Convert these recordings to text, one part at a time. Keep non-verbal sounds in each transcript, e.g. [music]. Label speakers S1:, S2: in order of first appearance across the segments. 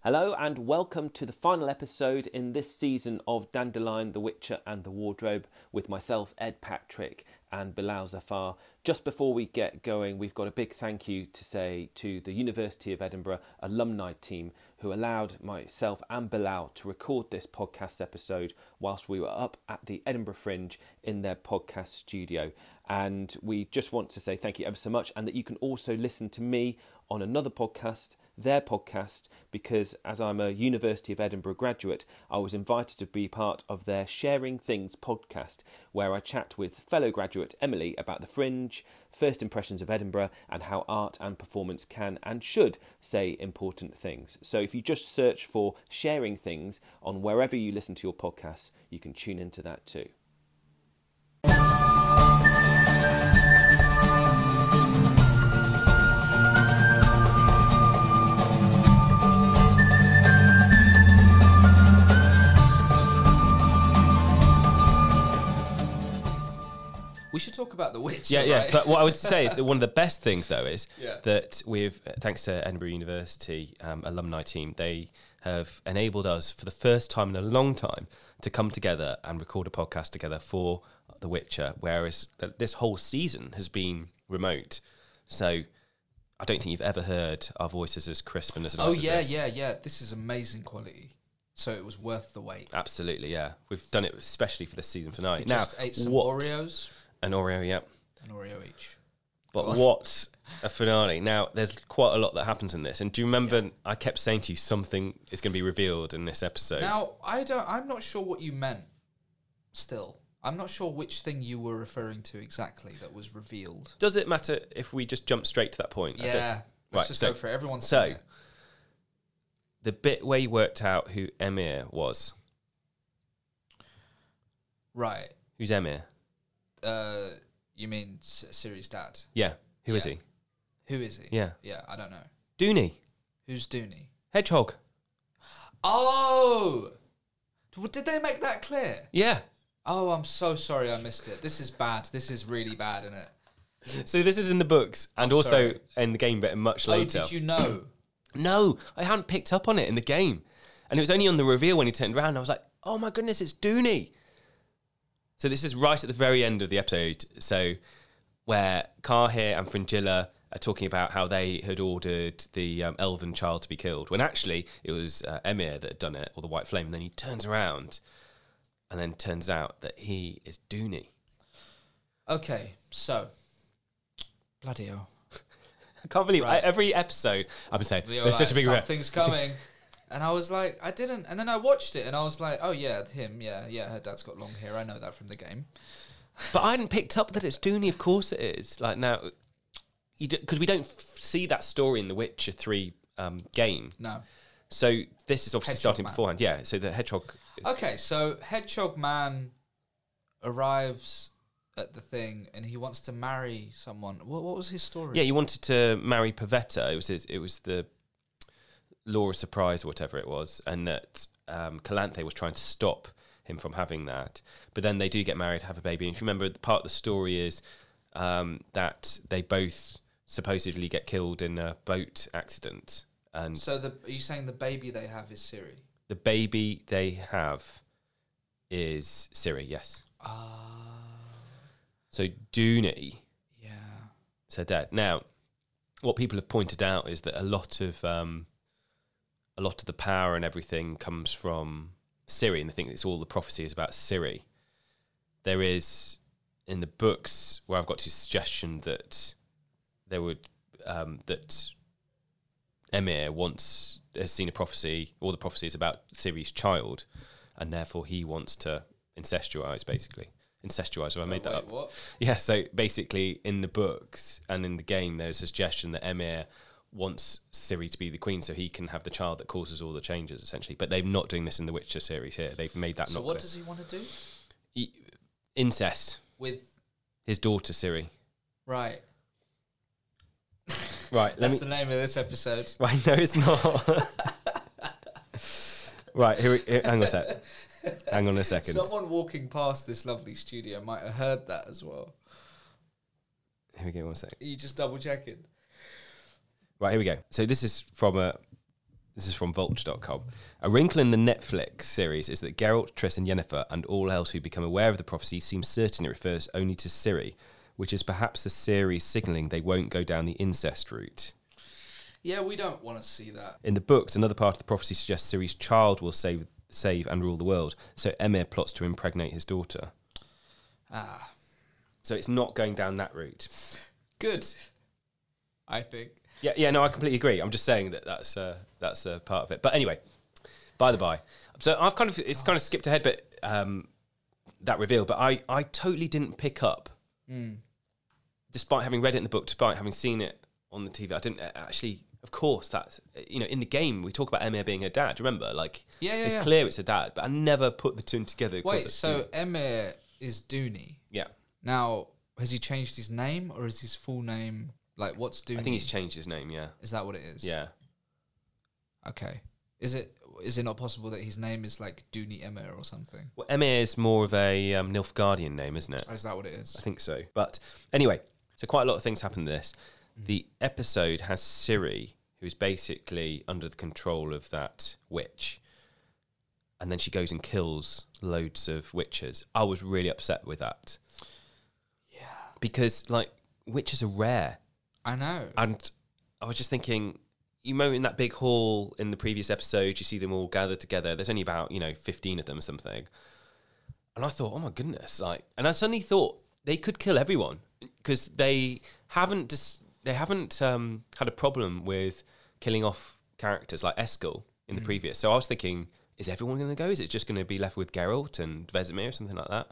S1: Hello, and welcome to the final episode in this season of Dandelion, The Witcher, and The Wardrobe with myself, Ed Patrick, and Bilal Zafar. Just before we get going, we've got a big thank you to say to the University of Edinburgh alumni team who allowed myself and Bilal to record this podcast episode whilst we were up at the Edinburgh Fringe in their podcast studio. And we just want to say thank you ever so much, and that you can also listen to me on another podcast their podcast because, as I'm a University of Edinburgh graduate, I was invited to be part of their Sharing Things podcast, where I chat with fellow graduate Emily about the fringe, first impressions of Edinburgh, and how art and performance can and should say important things. So, if you just search for Sharing Things on wherever you listen to your podcasts, you can tune into that too.
S2: We should talk about the witch.
S3: Yeah, yeah.
S2: right?
S3: But what I would say is that one of the best things, though, is
S2: [laughs] Yeah.
S3: that we've, thanks to Edinburgh University um, alumni team, they have enabled us for the first time in a long time to come together and record a podcast together for The Witcher, whereas th- this whole season has been remote. So I don't think you've ever heard our voices as crisp and as
S2: oh
S3: nice as
S2: yeah,
S3: this.
S2: yeah, yeah. This is amazing quality. So it was worth the wait.
S3: Absolutely, yeah. We've done it especially for this season finale. Now,
S2: Just ate some
S3: what-
S2: Oreos,
S3: An Oreo, yeah.
S2: an Oreo each.
S3: But what a finale. Now, there's quite a lot that happens in this. And do you remember I kept saying to you something is going to be revealed in this episode?
S2: Now I don't. I'm not sure what you meant. Still, I'm not sure which thing you were referring to exactly that was revealed.
S3: Does it matter if we just jump straight to that point? I don't-
S2: Yeah, let's
S3: Right,
S2: just
S3: so-
S2: go for it. Everyone's
S3: so-
S2: seen it.
S3: The bit where you worked out who Emir was.
S2: right.
S3: Who's Emir?
S2: Uh, you mean S- Siri's dad?
S3: Yeah. who is
S2: Yeah. Who is he?
S3: Yeah.
S2: yeah. I don't know.
S3: he? Dooney.
S2: Who's Dooney?
S3: Hedgehog.
S2: Oh, W- did they make that clear? [laughs]
S3: Yeah.
S2: Oh, I'm so sorry I missed it. This is bad. This is really bad, isn't it?
S3: So this is in the books and
S2: I'm
S3: also
S2: sorry.
S3: in the game, but much later.
S2: Oh, did you know?
S3: No, I hadn't picked up on it in the game. And it was only on the reveal when he turned around. I was like, oh my goodness, it's Dooney. So this is right at the very end of the episode. So where Carhir and Fringilla are talking about how they had ordered the um, elven child to be killed. When actually it was uh, Emir that had done it, or the White Flame. And then he turns around and then turns out that he is Dooney.
S2: Okay, so bloody hell.
S3: I can't believe
S2: Right.
S3: I, every episode I've been saying,
S2: They were
S3: there's such
S2: like,
S3: a big... re-
S2: something's coming. And I was like, I didn't. And then I watched it, and I was like, oh yeah, him, yeah, yeah. Her dad's got long hair. I know that from the game.
S3: But I hadn't picked up that it's Dooney. Of course it is. Like now, you because we don't f- see that story in the Witcher Three um, game.
S2: No.
S3: So this is obviously
S2: Hedgehog
S3: starting
S2: Man.
S3: beforehand. Yeah. So the hedgehog. Is,
S2: Okay, so Hedgehog Man arrives at the thing, and he wants to marry someone. What, what was his story?
S3: Yeah, you wanted to marry Pavetta. It was his, it was the law of surprise or whatever it was, and that um, Calanthe was trying to stop him from having that. But then they do get married, have a baby, and if you remember, the part of the story is um, that they both supposedly get killed in a boat accident. And
S2: So the are you saying the baby they have is Siri?
S3: the baby they have is Siri, yes.
S2: Ah,
S3: So Dooney
S2: yeah.
S3: is her dad. Now, what people have pointed out is that a lot of um, a lot of the power and everything comes from Siri, and they think it's all the prophecy is about Siri. There is in the books where I've got to suggestion that there would um, that Emir once has seen a prophecy, all the prophecy is about Siri's child, and therefore he wants to incestuize, basically. Incestuize, have I made
S2: Oh,
S3: that
S2: wait,
S3: up?
S2: What?
S3: Yeah, so basically, in the books and in the game, there's a suggestion that Emir wants Siri to be the queen so he can have the child that causes all the changes, essentially. But they're not doing this in the Witcher series here. They've made that
S2: So
S3: not
S2: what
S3: clear.
S2: does he want to do
S3: He- incest.
S2: with
S3: His daughter Siri.
S2: right?
S3: Right. Let
S2: That's
S3: me. [laughs]
S2: the name of this episode.
S3: Right. No, it's not.
S2: [laughs]
S3: right. Here, we, here. Hang on a sec.
S2: [laughs]
S3: Hang on a second.
S2: Someone walking past this lovely studio might have heard that as well.
S3: Here we go. One sec.
S2: Are you just double checking?
S3: Right, here we go. So this is from a This is from vulture.com. A wrinkle in the Netflix series is that Geralt, Triss, and Yennefer, and all else who become aware of the prophecy, seem certain it refers only to Ciri, which is perhaps the series signalling they won't go down the incest route.
S2: Yeah, we don't want to see that.
S3: In the books, another part of the prophecy suggests Ciri's child will save, save and rule the world, so Emir plots to impregnate his daughter.
S2: Ah,
S3: So it's not going down that route.
S2: good. I think.
S3: Yeah, yeah, no, I completely agree. I'm just saying that that's uh, that's uh, part of it. But anyway, by the by, so I've kind of it's kind of skipped ahead, but um, that reveal. But I I totally didn't pick up,
S2: Mm.
S3: despite having read it in the book, despite having seen it on the TV. I didn't uh, actually. Of course, that's you know in the game we talk about Emir being her dad. Remember, like
S2: Yeah, yeah,
S3: it's
S2: yeah.
S3: clear it's her dad, but I never put the two and together. 'cause
S2: Wait,
S3: it's-
S2: so Emir is Dooney.
S3: yeah,
S2: Now, has he changed his name or is his full name like what's Dooney?
S3: I think he's changed his name. Yeah,
S2: Is that what it is?
S3: yeah.
S2: Okay. Is it is it not possible that his name is like Dooney Emir or something?
S3: Well, Emir is more of a um, Nilfgaardian name, isn't it?
S2: Or is that what it is?
S3: I think so. But anyway, so quite a lot of things happen in this. The episode has Siri, who is basically under the control of that witch. And then she goes and kills loads of witches. I was really upset with that. Yeah. Because, like, witches are rare.
S2: I know.
S3: And I was just thinking, you know, in that big hall in the previous episode, you see them all gathered together. There's only about, you know, 15 of them or something. And I thought, oh my goodness. Like, and I suddenly thought they could kill everyone because they haven't just, they haven't um, had a problem with killing off characters like Eskel in the previous. So I was thinking, is everyone going to go? Is it just going to be left with Geralt and Vesemir or something like that?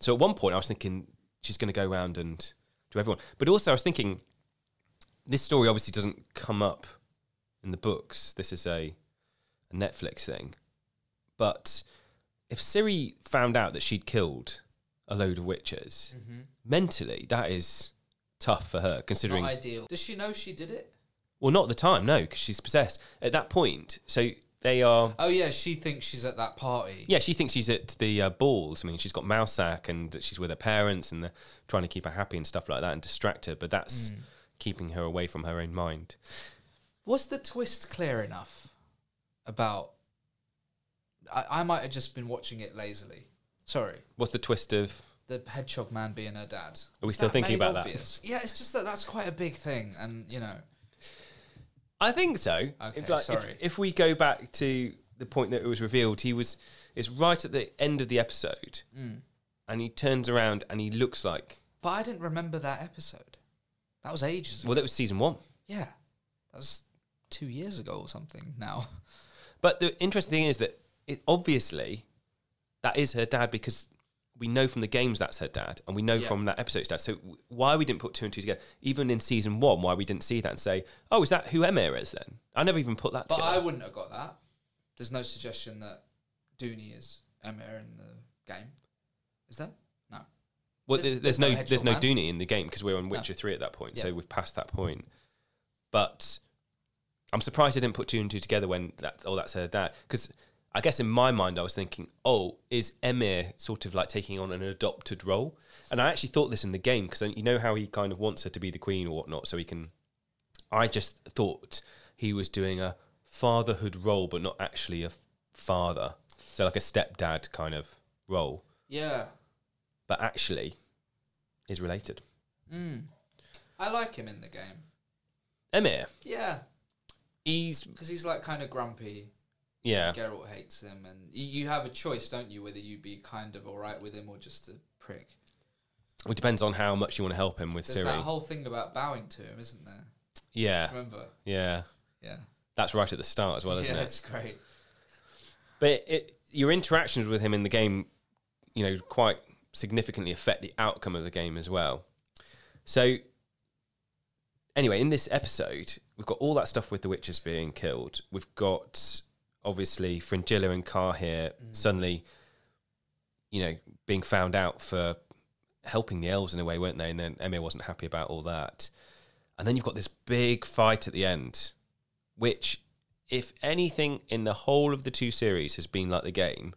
S3: So at one point I was thinking she's going to go around and do everyone. But also I was thinking this story obviously doesn't come up in the books. This is a, a Netflix thing. But if Siri found out that she'd killed a load of witches, mentally that is tough for her considering
S2: Not ideal. Does she know she did it?
S3: well not at the time no because she's possessed at that point so they are
S2: Oh yeah, she thinks she's at that party.
S3: yeah she thinks she's at the uh, balls i mean she's got mouse sack and she's with her parents and they're trying to keep her happy and stuff like that and distract her but that's keeping her away from her own mind
S2: Was the twist clear enough about? I, I might have just been watching it lazily. Sorry,
S3: what's the twist of
S2: the hedgehog man being her dad.
S3: we
S2: Was
S3: still
S2: that
S3: thinking
S2: made
S3: about that?
S2: that? Yeah, it's just that that's quite a big thing, and you know,
S3: I think so. if, like,
S2: sorry.
S3: If, if we go back to the point that it was revealed, he was it's right at the end of the episode,
S2: Hmm.
S3: and he turns around and he looks like
S2: but I didn't remember that episode. That was ages. ago.
S3: well, that was season one.
S2: Yeah, that was two years ago or something.
S3: [laughs]
S2: Now,
S3: But the interesting thing is that it, obviously that is her dad because we know from the games that's her dad, and we know
S2: Yeah.
S3: from that episode it's dad. So w- why we didn't put two and two together, even in season one, why we didn't see that and say, oh, is that who Emma is then? I never even put that
S2: but
S3: together.
S2: I wouldn't have got that. There's no suggestion that Dooney is Emma in the game. Is there? No.
S3: Well,
S2: There's-
S3: there's, there's,
S2: there's no
S3: no,
S2: hedgehog
S3: there's no
S2: man.
S3: Dooney in the game because we're on Witcher three at that point,
S2: Yeah.
S3: so we've passed that point. But I'm surprised I didn't put two and two together when that oh that's her dad because I guess in my mind I was thinking oh is Emir sort of like taking on an adopted role and I actually thought this in the game because you know how he kind of wants her to be the queen or whatnot so he can I just thought he was doing a fatherhood role but not actually a father so like a stepdad kind of role
S2: Yeah.
S3: but actually is related.
S2: Mm. I like him in the game.
S3: Emir,
S2: Yeah,
S3: he's
S2: because he's like kind of grumpy.
S3: yeah,
S2: Geralt hates him, and y- you have a choice, don't you, whether you be kind of all right with him or just a prick.
S3: it depends on how much you want to help him with
S2: There's
S3: Siri.
S2: that whole thing about bowing to him, isn't there?
S3: yeah,
S2: Remember?
S3: yeah,
S2: Yeah.
S3: that's right at the start as well, isn't
S2: yeah,
S3: it?
S2: it's great.
S3: But it, your interactions with him in the game, you know, quite significantly affect the outcome of the game as well. So, anyway, in this episode, we've got all that stuff with the witches being killed. We've got obviously Fringilla and Carr here suddenly, you know, being found out for helping the elves in a way, weren't they? And then Emir wasn't happy about all that. And then you've got this big fight at the end, which, if anything in the whole of the two series has been like the game,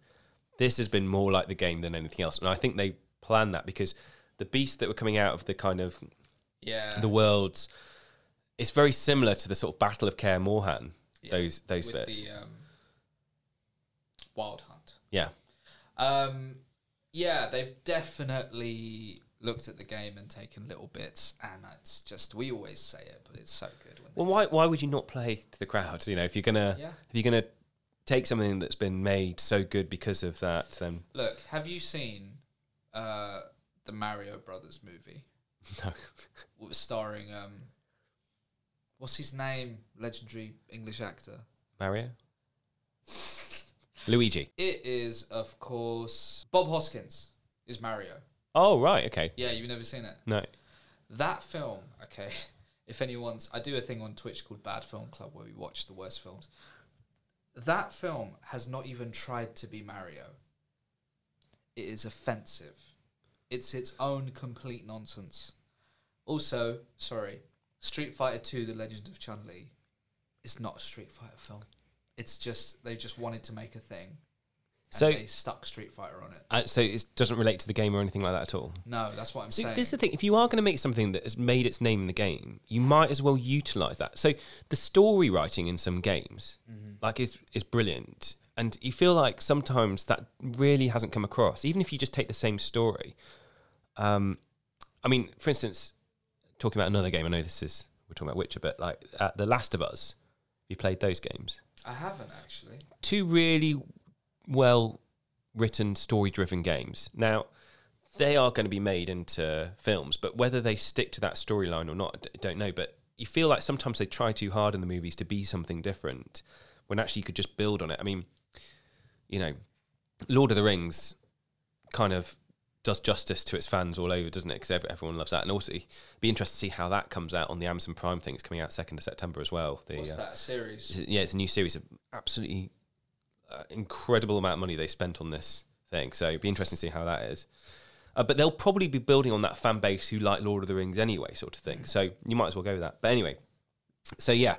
S3: this has been more like the game than anything else. And I think they planned that because the beasts that were coming out of the kind of
S2: Yeah. Uh,
S3: the worlds, it's very similar to the sort of Battle of Kaer Morhan
S2: Yeah.
S3: Those those
S2: with
S3: bits.
S2: the um, Wild Hunt.
S3: yeah.
S2: Um, yeah, they've definitely looked at the game and taken little bits, and it's just we always say it, but it's so good. When they
S3: Well,
S2: do
S3: why
S2: it.
S3: why would you not play to the crowd? You know, if you're gonna
S2: Yeah.
S3: if you're gonna take something that's been made so good because of that, then [laughs]
S2: Look, have you seen uh, the Mario Brothers movie?
S3: no.
S2: It was starring um, what's his name? Legendary English actor. [laughs]
S3: Mario, Luigi.
S2: It is, of course, Bob Hoskins is Mario.
S3: Oh right, okay.
S2: Yeah, you've never seen it.
S3: No,
S2: That film, okay. [laughs] If anyone's, I do a thing on Twitch called Bad Film Club where we watch the worst films. That film has not even tried to be Mario. It is offensive. It's its own complete nonsense. Also, sorry, Street Fighter Two: The Legend of Chun Li, is not a Street Fighter film. It's just they just wanted to make a thing, and
S3: So-
S2: they stuck Street Fighter on it.
S3: uh, so it doesn't relate to the game or anything like that at all.
S2: No, that's what I'm
S3: So
S2: saying.
S3: this is the thing: if you are going to make something that has made its name in the game, you might as well utilize that. So the story writing in some games, like, is is brilliant, and you feel like sometimes that really hasn't come across. Even if you just take the same story, um, I mean, for instance, talking about another game. I know this is we're talking about Witcher, but like uh, The Last of Us, you played those games.
S2: I haven't actually.
S3: Two really well written, story driven games. Now, they are going to be made into films, but whether they stick to that storyline or not, I d- don't know. But you feel like sometimes they try too hard in the movies to be something different when actually you could just build on it. I mean, you know, Lord of the Rings kind of does justice to its fans all over, doesn't it? Because everyone loves that. And also, it'd be interesting to see how that comes out on the Amazon Prime thing. It's coming out 2nd of September as well. The,
S2: What's
S3: uh,
S2: that a series?
S3: it's- yeah, it's a new series of absolutely uh, incredible amount of money they spent on this thing. So it'd be interesting to see how that is. Uh, but they'll probably be building on that fan base who like Lord of the Rings anyway, sort of thing. So you might as well go with that. But anyway, so yeah,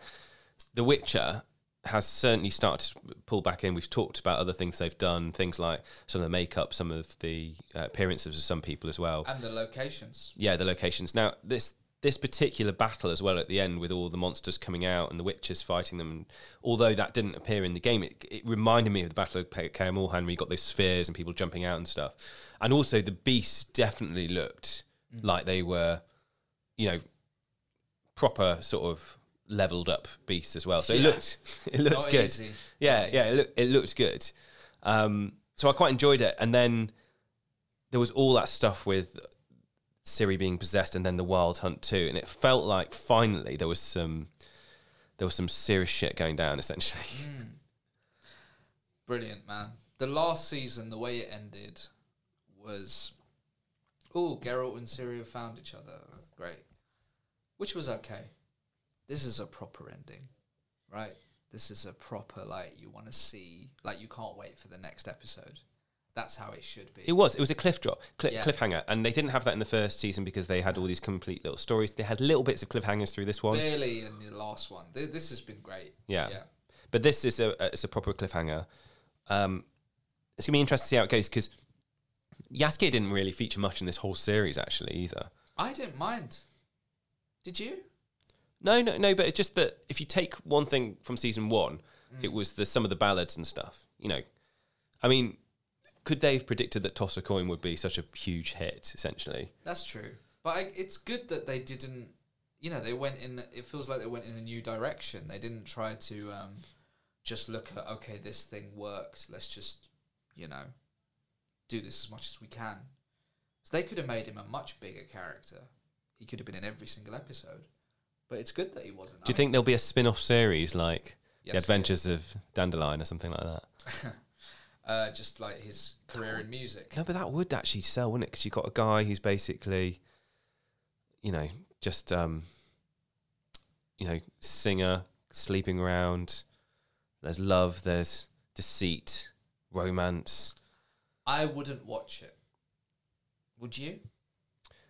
S3: The Witcher has certainly started to pull back in. We've talked about other things they've done, things like some of the makeup, some of the uh, appearances of some people as well
S2: and the locations.
S3: yeah, the locations. Now this this particular battle as well at the end with all the monsters coming out and the witches fighting them. And although that didn't appear in the game, it, it reminded me of the Battle of Ca- Kaer Morhen where you got those spheres and people jumping out and stuff. And also the beasts definitely looked
S2: Mm.
S3: like they were, you know, proper sort of leveled up beasts as well. So it
S2: Yeah.
S3: looked [laughs] it looked
S2: Not
S3: good.
S2: easy.
S3: Yeah,
S2: Not
S3: yeah, it, look, it looked good. Um, so I quite enjoyed it. And then there was all that stuff with Siri being possessed, and then the Wild Hunt too. And it felt like finally there was some there was some serious shit going down.
S2: Mm.
S3: Essentially,
S2: Hmm. Brilliant, man. The last season, the way it ended was, oh, Geralt and Ciri have found each other. Great. Which was okay. This is a proper ending, right? This is a proper, like, you want to see, like, you can't wait for the next episode. That's how it should be.
S3: it was it was a cliff drop, cli
S2: Yeah.
S3: cliffhanger, and they didn't have that in the first season because they had all these complete little stories. They had little bits of cliffhangers through this one.
S2: Barely in the last one. Th- This has been great.
S3: Yeah.
S2: Yeah.
S3: But this is a it's a proper cliffhanger. Um, it's gonna be interesting to see how it goes because Yasuke didn't really feature much in this whole series actually either.
S2: I didn't mind. Did you?
S3: No, no, no. But it's just that if you take one thing from season one,
S2: Mm.
S3: it was the some of the ballads and stuff. You know, I mean, could they have predicted that Toss a Coin would be such a huge hit? Essentially,
S2: That's true. But I, it's good that they didn't. You know, they went in. It feels like they went in a new direction. They didn't try to um, just look at okay, this thing worked. Let's just you know do this as much as we can. So they could have made him a much bigger character. He could have been in every single episode. But it's good that he wasn't.
S3: do you
S2: I-
S3: think there'll be a spin-off series like
S2: Yes,
S3: The Adventures of Dandelion or something like that?
S2: Uh, just like his career in music.
S3: No, but that would actually sell, wouldn't it? Because you've got a guy who's basically, you know, just, um, you know, singer, sleeping around. There's love, there's deceit, romance.
S2: I wouldn't watch it. Would you? [laughs]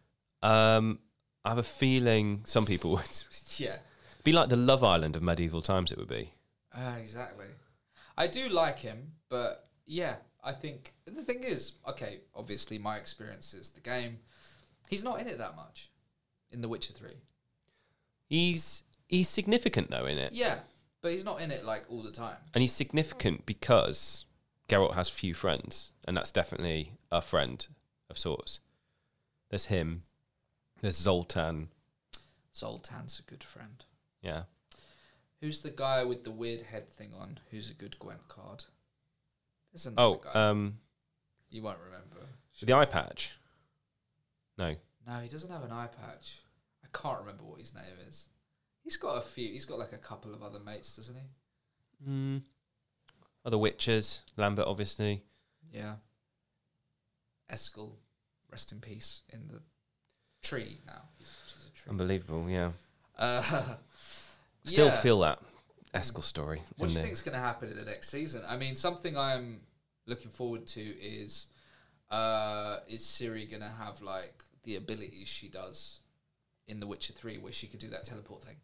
S3: Um, I have a feeling some people [laughs] would.
S2: yeah.
S3: be like the Love Island of medieval times, it would be.
S2: Ah, exactly. I do like him, but yeah, I think the thing is, okay, obviously my experience is the game. He's not in it that much in The Witcher 3.
S3: He's he's significant, though, in it.
S2: Yeah, But he's not in it like all the time.
S3: and he's significant because Geralt has few friends, and that's definitely a friend of sorts. There's him. There's Zoltan.
S2: Zoltan's a good friend.
S3: Yeah,
S2: Who's the guy with the weird head thing on? Who's a good Gwent card? There's another
S3: Oh,
S2: guy.
S3: um,
S2: you won't remember.
S3: the eye patch. No,
S2: No, he doesn't have an eye patch. I can't remember what his name is. He's got a few. He's got like a couple of other mates, doesn't he?
S3: mm. other witches. Lambert, obviously.
S2: Yeah. Eskel, rest in peace, in the tree now. She's a tree.
S3: Unbelievable. Yeah.
S2: Uh, [laughs]
S3: Still
S2: yeah.
S3: feel that Eskel story.
S2: What do
S3: in
S2: you
S3: there.
S2: think's going to happen in the next season? I mean, something I'm looking forward to is uh, is Siri going to have like the abilities she does in The Witcher Three, where she could do that teleport thing?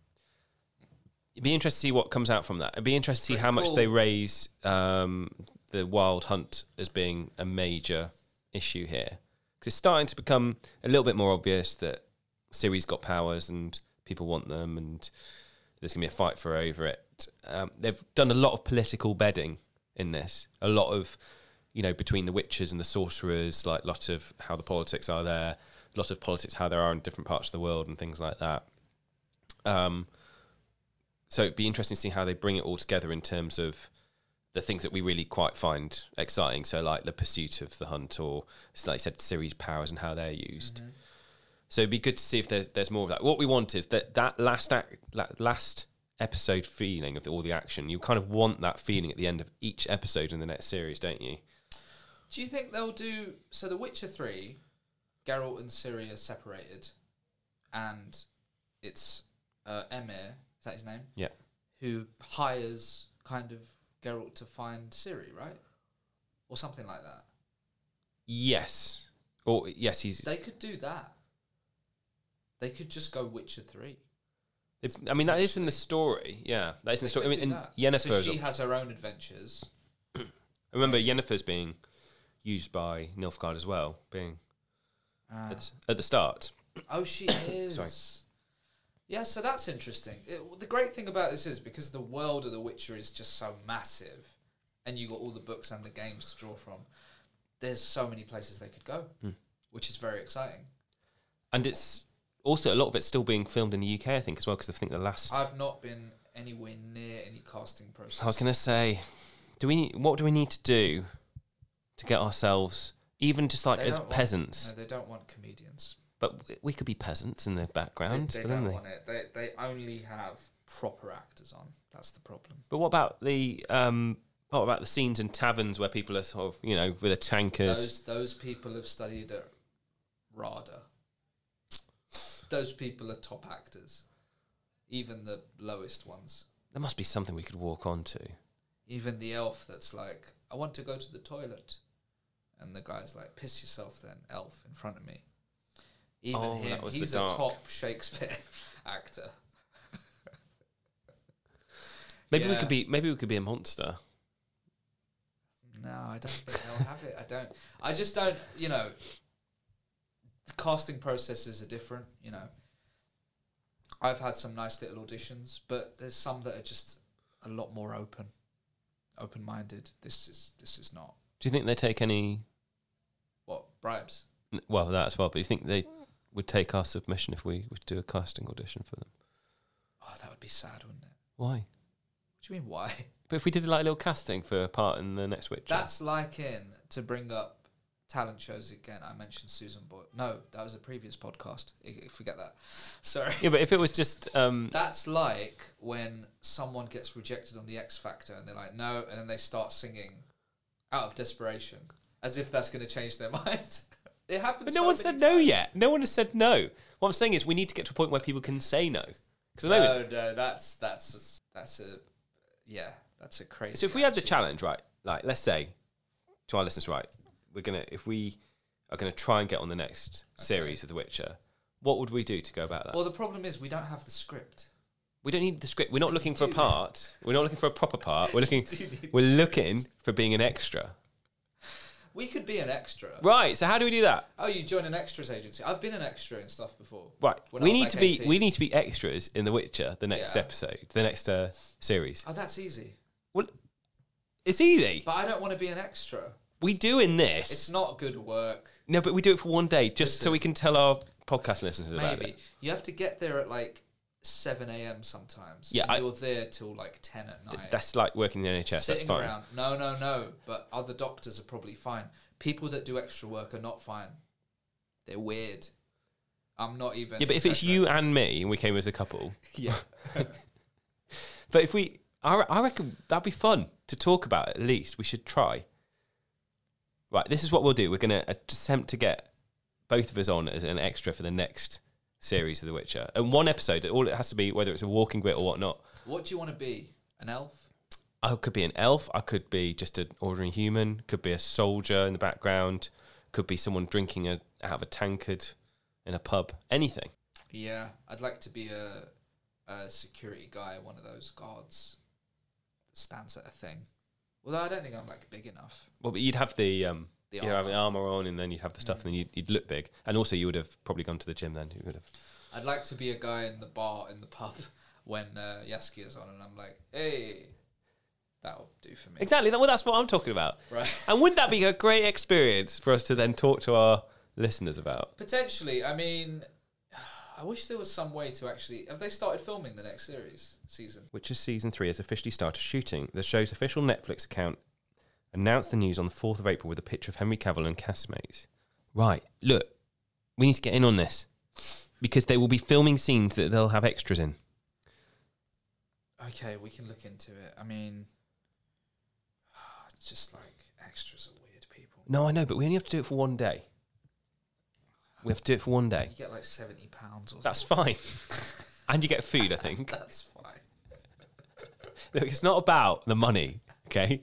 S3: It'd be interesting to see what comes out from that. It'd be interesting to see
S2: Pretty
S3: how much
S2: cool.
S3: they raise um, the wild hunt as being a major issue here. Because it's starting to become a little bit more obvious that Ciri's got powers and people want them, and there's going to be a fight for over it. Um, they've done a lot of political bedding in this. A lot of, you know, between the witches and the sorcerers, like a lot of how the politics are there, a lot of politics how there are in different parts of the world and things like that. Um, so it'd be interesting to see how they bring it all together in terms of the things that we really quite find exciting. So like the pursuit of the hunt, or it's like you said, series powers and how they're used.
S2: Mm-hmm.
S3: So it'd be good to see if there's there's more of that. What we want is that that last act, that last episode feeling of the, all the action. You kind of want that feeling at the end of each episode in the next series, don't you?
S2: Do you think they'll do so? The Witcher Three, Geralt and Ciri are separated, and it's uh, Emir. Is that his name?
S3: Yeah.
S2: Who hires kind of Geralt to find Ciri, right? Or something like that.
S3: Yes. Or yes, he's.
S2: They could do that. They could just go Witcher Three.
S3: it's- I mean, that is in the story. Yeah, that is in
S2: They
S3: the story. I
S2: could
S3: mean,
S2: do
S3: and
S2: that. So
S3: Yennefer's
S2: she has her own adventures.
S3: I remember Yennefer's being used by Nilfgaard as well, being
S2: Ah.
S3: at, the, at the start.
S2: Oh,
S3: [coughs]
S2: she is. Yeah, so that's interesting. It, the great thing about this is because the world of The Witcher is just so massive, and you got all the books and the games to draw from. There's so many places they could go,
S3: Hmm.
S2: which is very exciting.
S3: And it's also a lot of it's still being filmed in the UK, I think, as well, because I think the last. i
S2: I've not been anywhere near any casting process.
S3: was going to say, do we? Need, what do we need to do to get ourselves, even just like
S2: They
S3: as
S2: don't want-
S3: peasants?
S2: No, they don't want comedians.
S3: But w- we could be peasants in the
S2: They,
S3: background,
S2: they
S3: couldn't
S2: don't
S3: we?
S2: want it. They they only have proper actors on. That's the problem.
S3: But what about the um, what about the scenes in taverns where people are sort of, you know, with a tankard?
S2: Those those people have studied at RADA. Those people are top actors, even the lowest ones,
S3: There must be something we could walk onto.
S2: even the elf that's like, "I want to go to the toilet," and the guy's like, "Piss yourself, then, elf," in front of me. Even
S3: Oh,
S2: him,
S3: that was the
S2: he's a
S3: dark.
S2: top Shakespeare [laughs] actor.
S3: Maybe we
S2: Yeah.
S3: could be. Maybe we could be a monster.
S2: No, I don't think they'll have it. I don't. I just don't. You know, the casting processes are different. You know, I've had some nice little auditions, but there's some that are just a lot more open, open-minded. This is this is not
S3: Do you think they take any?
S2: what bribes.
S3: n- Well, that as well. But you think they would take our submission if we would do a casting audition for them?
S2: Oh, that would be sad, wouldn't it? What
S3: Why?
S2: do you mean why?
S3: But if we did like a little casting for a part in the next Witcher,
S2: That's like in to bring up talent shows again. I mentioned Susan Boyle. No, that was a previous podcast. I- I Forget that. Sorry.
S3: yeah. But if it was just, um,
S2: That's like when someone gets rejected on the X Factor and they're like, no, and then they start singing out of desperation, as if that's going to change their [laughs] mind. it happens.
S3: but no
S2: so
S3: one
S2: many
S3: said no
S2: times.
S3: yet. No one has said no. What I'm saying is, we need to get to a point where people can say no. Because at the moment,
S2: No, no, that's that's that's a yeah, that's a crazy.
S3: So if we had the
S2: attitude.
S3: challenge, right? Like, let's say to our listeners, right? We're gonna if we are gonna try and get on the next series of The Witcher. What would we do to go about that?
S2: Well, the problem is we don't have the script.
S3: we don't need the script. We're not looking for
S2: [laughs]
S3: a
S2: do. [laughs]
S3: part. We're not looking for a proper part. We're looking.
S2: do need
S3: We're
S2: the
S3: looking for being an extra.
S2: We could be an extra.
S3: Right. So how do we do that?
S2: Oh, you join an extras agency. I've been an extra and stuff before.
S3: Right.
S2: When I
S3: we
S2: was
S3: need
S2: like
S3: to be
S2: 18.
S3: we need to be extras in The Witcher, the next
S2: Yeah.
S3: episode, the next uh, series.
S2: Oh, that's easy.
S3: Well, it's easy.
S2: But I don't want to be an extra.
S3: We do in this.
S2: It's not good work.
S3: no, but we do it for one day just so
S2: Listen.
S3: we can tell our podcast listeners about
S2: Maybe
S3: it.
S2: you have to get there at like seven a.m. sometimes.
S3: Yeah,
S2: and
S3: I-
S2: you're there till like ten at night.
S3: That's like working in the NHS. That's
S2: sitting
S3: fine.
S2: around. No, no, no. But other doctors are probably fine. People that do extra work are not fine. They're weird. I'm not even.
S3: Yeah, but if it's
S2: exaggerating.
S3: you and me and we came as a couple,
S2: [laughs] yeah.
S3: [laughs] but if we, I, re- I reckon that'd be fun to talk about. At least we should try. Right, this is what we'll do. We're going to attempt to get both of us on as an extra for the next series of The Witcher, and one episode. All it has to be, whether it's a walking bit or whatnot.
S2: What do you want to be? An elf?
S3: I could be an elf. I could be just an ordinary human. Could be a soldier in the background. Could be someone drinking a, out of a tankard in a pub. Anything.
S2: Yeah, I'd like to be a a security guy, one of those guards that stands at a thing. Although I don't think I'm like big enough.
S3: Well, but you'd have the um,
S2: The
S3: you'd have
S2: armor.
S3: the armor on, and then you'd have the stuff, and then you'd, you'd look big. And also, you would have probably gone to the gym then. You would have.
S2: I'd like to be a guy in the bar in the pub [laughs] when uh, Yaski is on, and I'm like, hey, that'll do for me.
S3: Exactly. That, well, that's what I'm talking about.
S2: Right.
S3: [laughs] And wouldn't that be a great experience for us to then talk to our listeners about?
S2: Potentially, I mean, [sighs] I wish there was some way to actually. Have they started filming the next series season?
S3: Which is season three has officially started shooting. The show's official Netflix account announced the news on the 4th of April with a picture of Henry Cavill and castmates. Right. Look, we need to get in on this because they will be filming scenes that they'll have extras in.
S2: Okay, we can look into it. I mean, [sighs] it's just like extras are weird people.
S3: No, I know, but we only have to do it for one day. We have to do it for one day.
S2: You get like seventy pounds or
S3: That's fine. [laughs] and you get food, I
S2: [laughs]
S3: think.
S2: That's fine.
S3: Look, it's not about the money, okay?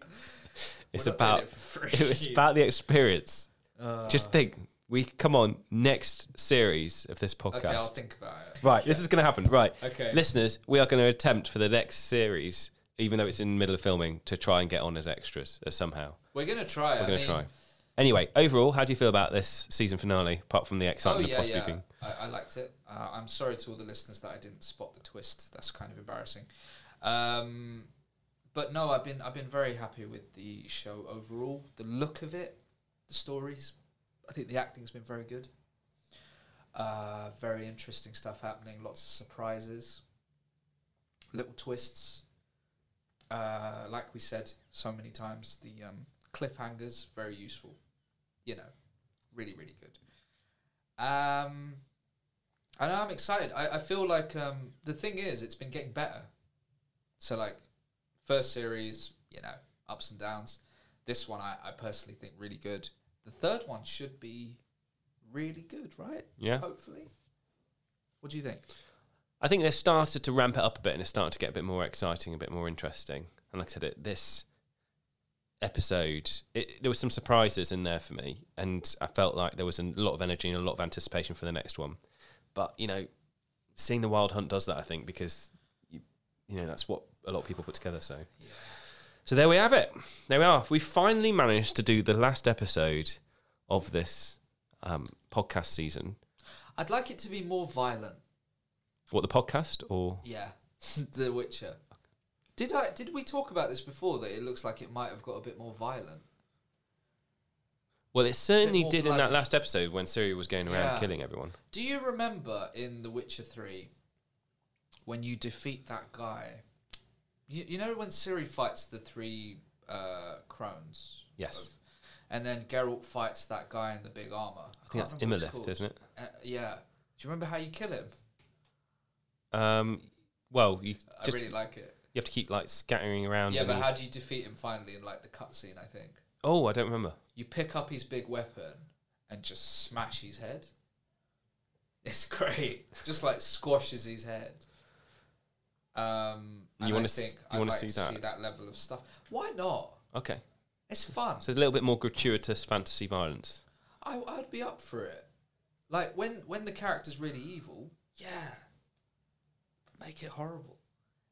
S3: It's
S2: We're not
S3: about
S2: doing it for [laughs] free.
S3: it's about the experience.
S2: Uh,
S3: Just think, we come on next series of this podcast.
S2: okay. I'll think about it.
S3: Right, this is going to happen. Right,
S2: Okay.
S3: listeners, we are going to attempt for the next series, even though it's in the middle of filming, to try and get on as extras uh, somehow.
S2: We're gonna try.
S3: We're going to try. Anyway, overall, how do you feel about this season finale? Apart from the
S2: Oh
S3: excitement of
S2: yeah,
S3: possibly
S2: yeah.
S3: being
S2: I, I liked it. Uh, I'm sorry to all the listeners that I didn't spot the twist. That's kind of embarrassing. Um, but no, I've been I've been very happy with the show overall. The look of it, the stories. I think the acting's been very good. Uh, very interesting stuff happening. Lots of surprises, little twists. Uh, like we said so many times, the um, cliffhangers very useful. You know, really really good. Um, I know I'm excited. I, I feel like um, the thing is, it's been getting better. So like, first series, you know, ups and downs. This one, I, I personally think really good. The third one should be really good, right?
S3: Yeah.
S2: Hopefully. What do you think?
S3: I think they've started to ramp it up a bit and it's starting to get a bit more exciting, a bit more interesting. And like I said, it, this episode, it, there were some surprises in there for me, and I felt like there was a lot of energy and a lot of anticipation for the next one. But you know, seeing the Wild Hunt does that, I think, because you, you know that's what a lot of people put together. So, so there we have it. There we are. We finally managed to do the last episode of this um, podcast season.
S2: I'd like it to be more violent.
S3: What the podcast or?
S2: Yeah, [laughs] The Witcher. Did I? Did we talk about this before? That it looks like it might have got a bit more violent.
S3: Well, it certainly
S2: more
S3: did in that
S2: bloody.
S3: last episode when Siri was going around
S2: Yeah.
S3: killing everyone.
S2: Do you remember in The Witcher 3 when you defeat that guy? You, you know when Ciri fights the three uh, crones?
S3: Yes.
S2: Of- and then Geralt fights that guy in the big armor.
S3: I think that's Imolith, isn't it?
S2: Uh, yeah. Do you remember how you kill him?
S3: Um, well, you
S2: I
S3: just
S2: really like it.
S3: you have to keep like scattering around.
S2: Yeah,
S3: and
S2: but
S3: you-
S2: how do you defeat him finally in like the cutscene, I think?
S3: oh, I don't remember.
S2: You pick up his big weapon and just smash his head. It's [laughs] great. just like squashes his head. Um,
S3: You
S2: and
S3: wanna
S2: I
S3: s-
S2: think
S3: you
S2: I'd
S3: wanna
S2: like
S3: see
S2: to see
S3: that?
S2: that level of stuff. Why not?
S3: Okay,
S2: It's fun.
S3: so a little bit more gratuitous fantasy violence.
S2: I, I'd be up for it. Like when when the character's really evil, yeah. Make it horrible.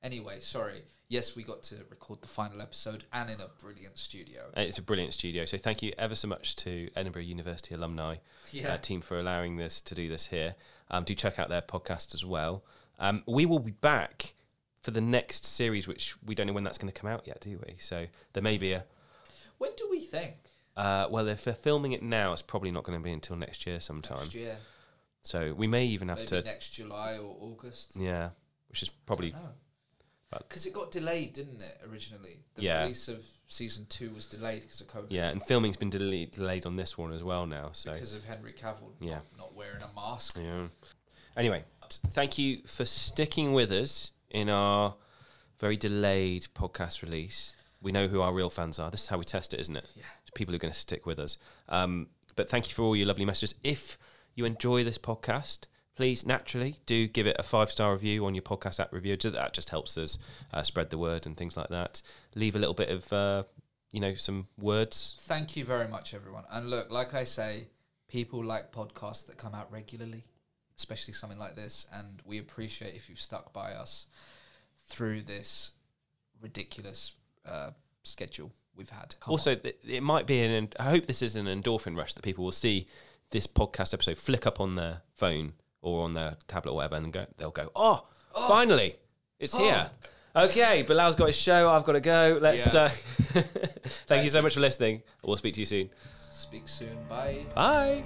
S2: Anyway, sorry. yes, we got to record the final episode and in a brilliant studio.
S3: Uh, It's a brilliant studio. So thank you ever so much to Edinburgh University alumni
S2: Yeah.
S3: uh, team for allowing this to do this here. Um, do check out their podcast as well. Um, we will be back for the next series, which we don't know when that's going to come out yet, do we? So there may be a.
S2: When do we think?
S3: Uh, well, if they're filming it now, it's probably not going to be until next year sometime.
S2: Next year,
S3: So we may even have
S2: maybe
S3: to.
S2: next July or August.
S3: Yeah, which is probably. but-
S2: Because it got delayed, didn't it? Originally, the
S3: Yeah.
S2: release of season two was delayed because of COVID.
S3: Yeah, and filming's been delayed, delayed on this one as well now. So
S2: Because of Henry Cavill
S3: Yeah.
S2: not, not wearing a mask.
S3: Yeah. Anyway, t- thank you for sticking with us in our very delayed podcast release. We know who our real fans are. This is how we test it, isn't it?
S2: Yeah.
S3: It's people who are going to stick with us. Um, but thank you for all your lovely messages. If you enjoy this podcast, please naturally do give it a five star review on your podcast app review. Ju- That just helps us uh, spread the word and things like that. Leave a little bit of, uh, you know, some words.
S2: Thank you very much, everyone. And look, like I say, people like podcasts that come out regularly, especially something like this. And we appreciate if you've stuck by us through this ridiculous uh, schedule we've had. Come
S3: also, th- it might be an. I hope this is an endorphin rush that people will see this podcast episode flick up on their phone or on their tablet or whatever, and go, they'll go, "Oh, finally, it's here." Okay, Bilal's got his show. I've got to go. Let's.
S2: Yeah.
S3: Uh, [laughs] thank you so much for listening. We'll speak to you soon.
S2: on. speak soon. Bye.
S3: Bye.